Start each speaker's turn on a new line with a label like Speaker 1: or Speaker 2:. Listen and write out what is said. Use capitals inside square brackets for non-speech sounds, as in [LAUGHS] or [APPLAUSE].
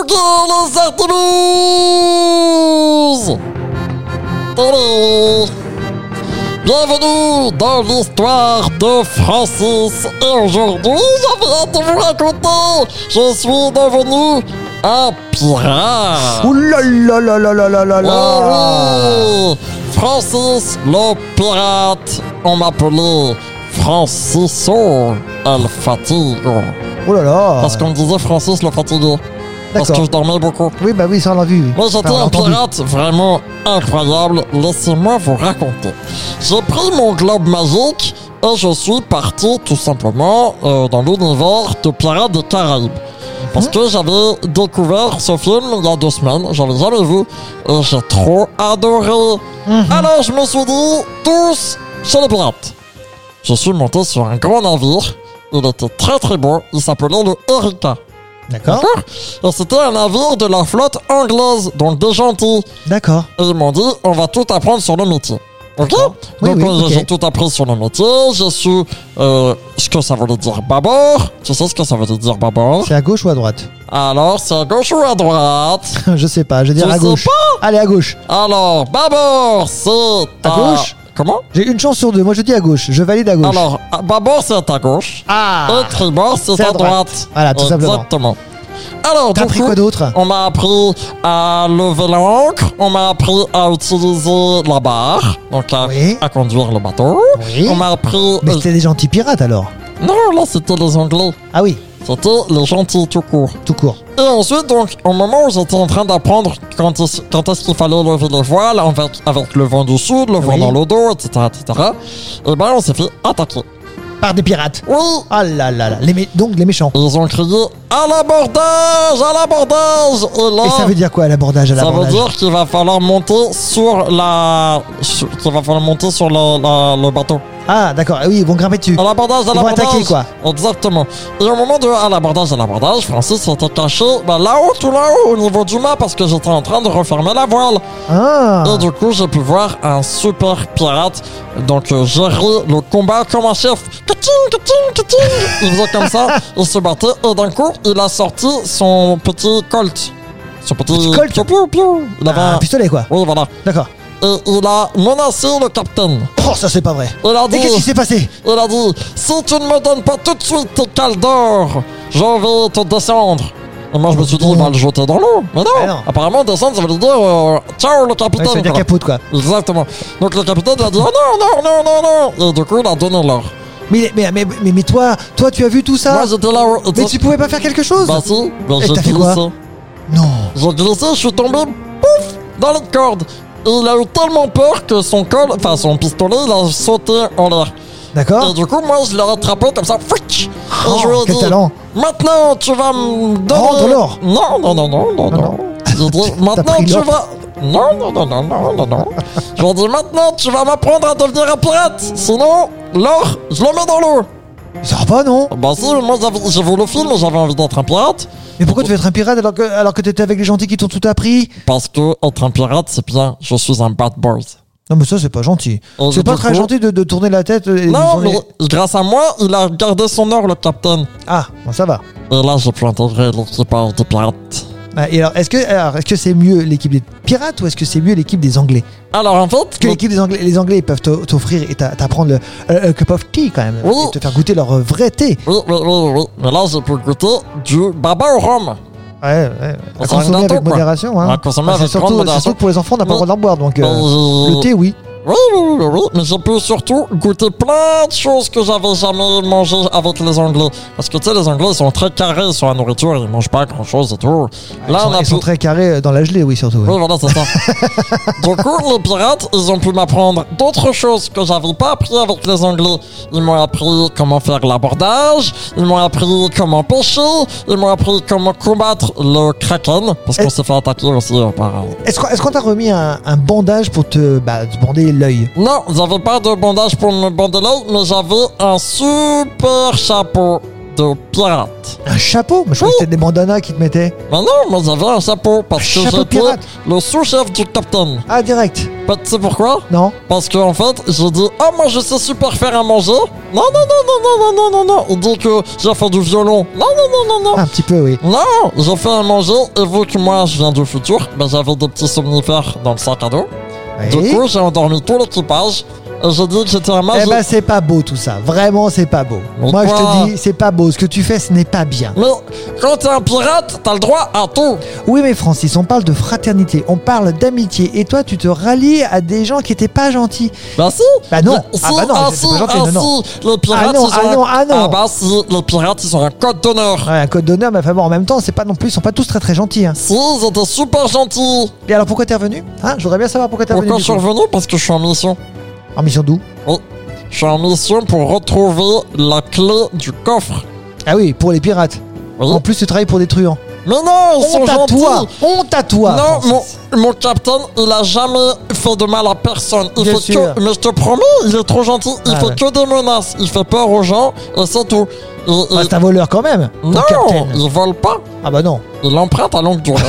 Speaker 1: Trigger les Artemouses Tadam Bienvenue dans l'histoire de Francis et aujourd'hui je viens de vous raconter je suis devenu un pirate
Speaker 2: Ouh là là là là là là là là
Speaker 1: Eh oui Francis le pirate on m'appelait Franciso El Fatigo
Speaker 2: Oh là là
Speaker 1: parce qu'on me disait Francis le fatigué parce que
Speaker 2: D'accord.
Speaker 1: je dormais beaucoup
Speaker 2: Oui, bah oui, ça on l'a vu.
Speaker 1: Moi, j'étais
Speaker 2: Enfin, on l'a
Speaker 1: un
Speaker 2: entendu.
Speaker 1: pirate vraiment incroyable. Laissez-moi vous raconter. J'ai pris mon globe magique et je suis parti tout simplement euh, dans l'univers de Pirates des Caraïbes. Parce que j'avais découvert ce film il y a deux semaines, j'avais jamais vu, et j'ai trop adoré. Alors je me suis dit, tous chez les pirates. Je suis monté sur un grand navire, il était très très beau, il s'appelait le Erika.
Speaker 2: D'accord.
Speaker 1: D'accord Et C'était un navire de la flotte anglaise, donc des gentils.
Speaker 2: D'accord.
Speaker 1: Et ils m'ont dit, on va tout apprendre sur le métier. Ok
Speaker 2: Oui,
Speaker 1: Donc
Speaker 2: oui,
Speaker 1: euh,
Speaker 2: ok.
Speaker 1: j'ai tout appris sur le métier, j'ai su euh, ce que ça voulait dire bâbord. Tu sais ce que ça voulait dire bâbord
Speaker 2: C'est à gauche ou à droite [LAUGHS]
Speaker 1: Alors c'est à gauche ou à droite
Speaker 2: Je sais pas, je vais dire
Speaker 1: Je
Speaker 2: à
Speaker 1: sais
Speaker 2: gauche. Allez, à gauche.
Speaker 1: Alors bâbord c'est
Speaker 2: À gauche
Speaker 1: Comment
Speaker 2: J'ai une chance sur deux, moi je dis à gauche. Je valide à gauche.
Speaker 1: Alors à- bâbord c'est à gauche
Speaker 2: ah
Speaker 1: et tribord c'est à droite.
Speaker 2: Voilà, tout simplement.
Speaker 1: Exactement. Alors
Speaker 2: T'as
Speaker 1: du
Speaker 2: appris
Speaker 1: coup,
Speaker 2: quoi d'autre
Speaker 1: On m'a appris à lever l'ancre, on m'a appris à utiliser la barre, donc à,
Speaker 2: Oui.
Speaker 1: à conduire le bateau.
Speaker 2: Oui.
Speaker 1: On m'a appris. euh,
Speaker 2: Mais c'était des gentils pirates alors.
Speaker 1: Non, là c'était les Anglais,
Speaker 2: Ah oui,
Speaker 1: c'était les gentils tout court.
Speaker 2: tout court.
Speaker 1: Et ensuite, donc, au moment où j'étais en train d'apprendre quand, est- quand est-ce qu'il fallait lever les voiles avec, avec le vent du sud, le vent
Speaker 2: Oui.
Speaker 1: dans le dos, etc., etc., et ben on s'est fait attaquer.
Speaker 2: Par des pirates.
Speaker 1: Oui,
Speaker 2: Ah là là là. Les mé- Donc les méchants.
Speaker 1: ils ont crié à l'abordage, à l'abordage, et là.
Speaker 2: Et ça veut dire quoi l'abordage à
Speaker 1: Oh. Ça veut
Speaker 2: l'abordage
Speaker 1: dire qu'il va falloir monter sur la. sur- qu'il va falloir monter sur la- la- le bateau.
Speaker 2: Ah d'accord, ah oui, ils vont grimper dessus.
Speaker 1: À l'abordage, à
Speaker 2: Ils vont
Speaker 1: l'abordage.
Speaker 2: attaquer, quoi.
Speaker 1: Exactement. Et au moment de. à l'abordage, à l'abordage, Francis était caché bah, là-haut, tout là-haut, au niveau du mât, parce que j'étais en train de refermer la voile.
Speaker 2: Ah
Speaker 1: Et du coup, j'ai pu voir un super pirate. Donc, euh, gérer le combat comme un chef. Ka-ting, ka-ting, ka-ting. Il faisait comme ça,
Speaker 2: [LAUGHS]
Speaker 1: il se battait, et d'un coup, il a sorti son petit Colt. Son petit.
Speaker 2: Colt
Speaker 1: Piou, piou, piou. Il avait
Speaker 2: Ah,
Speaker 1: un-
Speaker 2: Un pistolet quoi.
Speaker 1: oui, voilà.
Speaker 2: D'accord.
Speaker 1: Et il a menacé le capitaine.
Speaker 2: Oh, ça c'est pas vrai.
Speaker 1: Il a
Speaker 2: Et qu'est-ce qui
Speaker 1: dit,
Speaker 2: s'est passé
Speaker 1: il a dit, si tu ne me donnes pas tout de suite tes cales d'or, je vais te descendre. Et moi, je me suis dit, il va le jeter dans l'eau. Mais non,
Speaker 2: Ah non.
Speaker 1: apparemment, descendre, ça veut dire, euh, ciao le
Speaker 2: Ouais,
Speaker 1: capitaine.
Speaker 2: Ça veut dire
Speaker 1: quoi.
Speaker 2: capote quoi.
Speaker 1: Exactement. Donc le capitaine a dit, oh non, non, non, non, non. Et du coup, il a donné l'or.
Speaker 2: Mais, mais, mais, mais, mais toi, toi, tu as vu tout ça
Speaker 1: Moi, j'étais là. où-
Speaker 2: Ah. Mais tu pouvais pas faire quelque chose
Speaker 1: Bah si, bah,
Speaker 2: Et
Speaker 1: j'ai
Speaker 2: t'as fait quoi
Speaker 1: glissé.
Speaker 2: Non.
Speaker 1: J'ai glissé, je suis tombé, pouf, dans les cordes. Et il a eu tellement peur que son col, enfin son pistolet, il a sauté en l'air. Et
Speaker 2: D'accord
Speaker 1: du coup, moi, je l'ai rattrapé comme ça. Fouic Et
Speaker 2: Oh,
Speaker 1: je lui ai
Speaker 2: Ah. quel
Speaker 1: dit,
Speaker 2: talent.
Speaker 1: Maintenant, tu vas me donner...
Speaker 2: Rendre l'or.
Speaker 1: Non, non, non, non, non,
Speaker 2: Non,
Speaker 1: non.
Speaker 2: non.
Speaker 1: J'ai dit,
Speaker 2: [LAUGHS] T'as
Speaker 1: maintenant,
Speaker 2: pris
Speaker 1: tu
Speaker 2: l'or.
Speaker 1: vas... Non, non, non, non, non, non, non. je lui ai dit, maintenant, tu vas m'apprendre à devenir un pirate. Sinon, l'or, je le mets dans l'eau.
Speaker 2: Ça va pas, non
Speaker 1: Bah si, moi, j'avais- j'ai vu le film, j'avais envie d'être un pirate.
Speaker 2: Mais pourquoi tu veux être un pirate alors que, alors que t'étais avec les gentils qui t'ont tout appris
Speaker 1: Parce que être un pirate, c'est bien. Je suis un bad boy.
Speaker 2: Non, mais ça, c'est pas gentil.
Speaker 1: Oh,
Speaker 2: C'est
Speaker 1: mais
Speaker 2: pas
Speaker 1: du
Speaker 2: très
Speaker 1: coup-
Speaker 2: gentil de, de tourner la tête et de
Speaker 1: Non,
Speaker 2: tourner-
Speaker 1: mais grâce à moi, il a gardé son or, le capitaine.
Speaker 2: Ah, bon, ça va.
Speaker 1: Et là, j'ai pu intégrer l'équipage des pirates.
Speaker 2: Ah, Et alors, est-ce que alors, est-ce que c'est mieux l'équipe des pirates ou est-ce que c'est mieux l'équipe des Anglais
Speaker 1: Alors, en fait...
Speaker 2: Parce que l'équipe des Anglais, les Anglais, ils peuvent t'o- t'offrir et t'a- t'apprendre le, euh, le- le cup of tea quand même.
Speaker 1: Oui.
Speaker 2: Et te faire goûter leur euh, vrai thé.
Speaker 1: Oui, oui, oui, oui. Mais là, j'ai pu goûter du baba au rhum.
Speaker 2: Ouais, ouais.
Speaker 1: On
Speaker 2: À
Speaker 1: s'en
Speaker 2: consommer
Speaker 1: rend
Speaker 2: avec
Speaker 1: compte, quoi.
Speaker 2: modération. Hein.
Speaker 1: À consommer
Speaker 2: c'est
Speaker 1: avec grande
Speaker 2: surtout, c'est
Speaker 1: modération.
Speaker 2: surtout que pour les enfants, on n'a pas
Speaker 1: Oui.
Speaker 2: le droit d'en boire. Donc, euh,
Speaker 1: Euh,
Speaker 2: le thé, oui.
Speaker 1: Oui, oui, oui, oui, oui. Mais j'ai pu surtout goûter plein de choses que j'avais jamais mangé avec les Anglais. Parce que, tu sais, les Anglais, ils sont très carrés sur la nourriture, ils mangent pas grand-chose et tout.
Speaker 2: Ils
Speaker 1: Là,
Speaker 2: sont,
Speaker 1: on a
Speaker 2: ils
Speaker 1: pu...
Speaker 2: sont très carrés euh, dans la gelée, oui, surtout. ouais.
Speaker 1: Oui, voilà,
Speaker 2: [LAUGHS]
Speaker 1: c'est ça. du coup, les pirates, ils ont pu m'apprendre d'autres choses que j'avais pas appris avec les Anglais. Ils m'ont appris comment faire l'abordage, ils m'ont appris comment pêcher, ils m'ont appris comment combattre le kraken, parce qu'on
Speaker 2: Et-
Speaker 1: s'est fait attaquer aussi euh, par...
Speaker 2: Est-ce qu'on est-ce qu'on t'a remis un, un bandage pour te, bah, te bander l'œil
Speaker 1: Non, j'avais pas de bandage pour me bander l'œil, mais j'avais un super chapeau. de pirate.
Speaker 2: Un chapeau Mais je crois que c'était des bandanas qui te mettaient.
Speaker 1: Mais non, moi j'avais un chapeau parce
Speaker 2: Un
Speaker 1: que
Speaker 2: chapeau
Speaker 1: j'étais
Speaker 2: pirate.
Speaker 1: le sous-chef du capitaine.
Speaker 2: Ah, direct
Speaker 1: Bah, tu sais pourquoi
Speaker 2: Non
Speaker 1: Parce qu'en fait, j'ai dit Ah, moi je sais super faire à manger. Non, non, non, non, non, non, non, non, non. Il dit que j'ai fait du violon. Non, non, non, non, non.
Speaker 2: Un petit peu, oui.
Speaker 1: Non, j'ai fait à manger et vu que moi je viens du futur, ben j'avais des petits somnifères dans le sac à dos. Du
Speaker 2: Oui.
Speaker 1: coup, j'ai endormi tout l'équipage et j'ai dit que j'étais un mage.
Speaker 2: Eh ben, c'est pas beau tout ça. Vraiment, c'est pas beau.
Speaker 1: Bon,
Speaker 2: Moi, je
Speaker 1: toi-
Speaker 2: te dis, c'est pas beau. Ce que tu fais, ce n'est pas bien.
Speaker 1: Mais quand t'es un pirate, t'as le droit à tout.
Speaker 2: Oui, mais Francis, on parle de fraternité, on parle d'amitié. Et toi, tu te rallies à des gens qui étaient pas gentils.
Speaker 1: Bah si
Speaker 2: Bah non.
Speaker 1: Mais
Speaker 2: Ah bah non,
Speaker 1: ah
Speaker 2: c'est
Speaker 1: si,
Speaker 2: pas gentil,
Speaker 1: ah
Speaker 2: non, non.
Speaker 1: si, les pirates,
Speaker 2: Ah non,
Speaker 1: ils
Speaker 2: ah
Speaker 1: ont
Speaker 2: non,
Speaker 1: un...
Speaker 2: ah non.
Speaker 1: bah si, les pirates, ils ont un code d'honneur.
Speaker 2: Ouais, un code d'honneur, mais enfin bon, en même temps, c'est pas non plus, ils sont pas tous très très gentils. Hein.
Speaker 1: Si, ils étaient super gentils.
Speaker 2: Et alors, pourquoi t'es revenu Hein Je voudrais bien savoir pourquoi t'es revenu.
Speaker 1: Pourquoi je
Speaker 2: du
Speaker 1: suis
Speaker 2: coup.
Speaker 1: revenu Parce que je suis en mission.
Speaker 2: En mission d'où
Speaker 1: Oui. Je suis en mission pour retrouver la clé du coffre.
Speaker 2: Ah oui, pour les pirates.
Speaker 1: Oui.
Speaker 2: En plus, tu travailles pour des truands.
Speaker 1: Mais non, Oh. ils sont
Speaker 2: Oh, Honte à
Speaker 1: gentils.
Speaker 2: toi Honte à toi
Speaker 1: Non,
Speaker 2: Francis.
Speaker 1: mon, mon capitaine, il a jamais fait de mal à personne. Il
Speaker 2: Bien
Speaker 1: fait
Speaker 2: sûr.
Speaker 1: que, mais je te promets, il est trop gentil. Il
Speaker 2: Ah
Speaker 1: fait
Speaker 2: ouais.
Speaker 1: que des menaces. Il fait peur aux gens et c'est tout. Il- il-
Speaker 2: Bah, c'est un voleur quand même. ton
Speaker 1: non,
Speaker 2: capitaine.
Speaker 1: il vole pas.
Speaker 2: Ah bah non.
Speaker 1: Il emprunte à longue durée.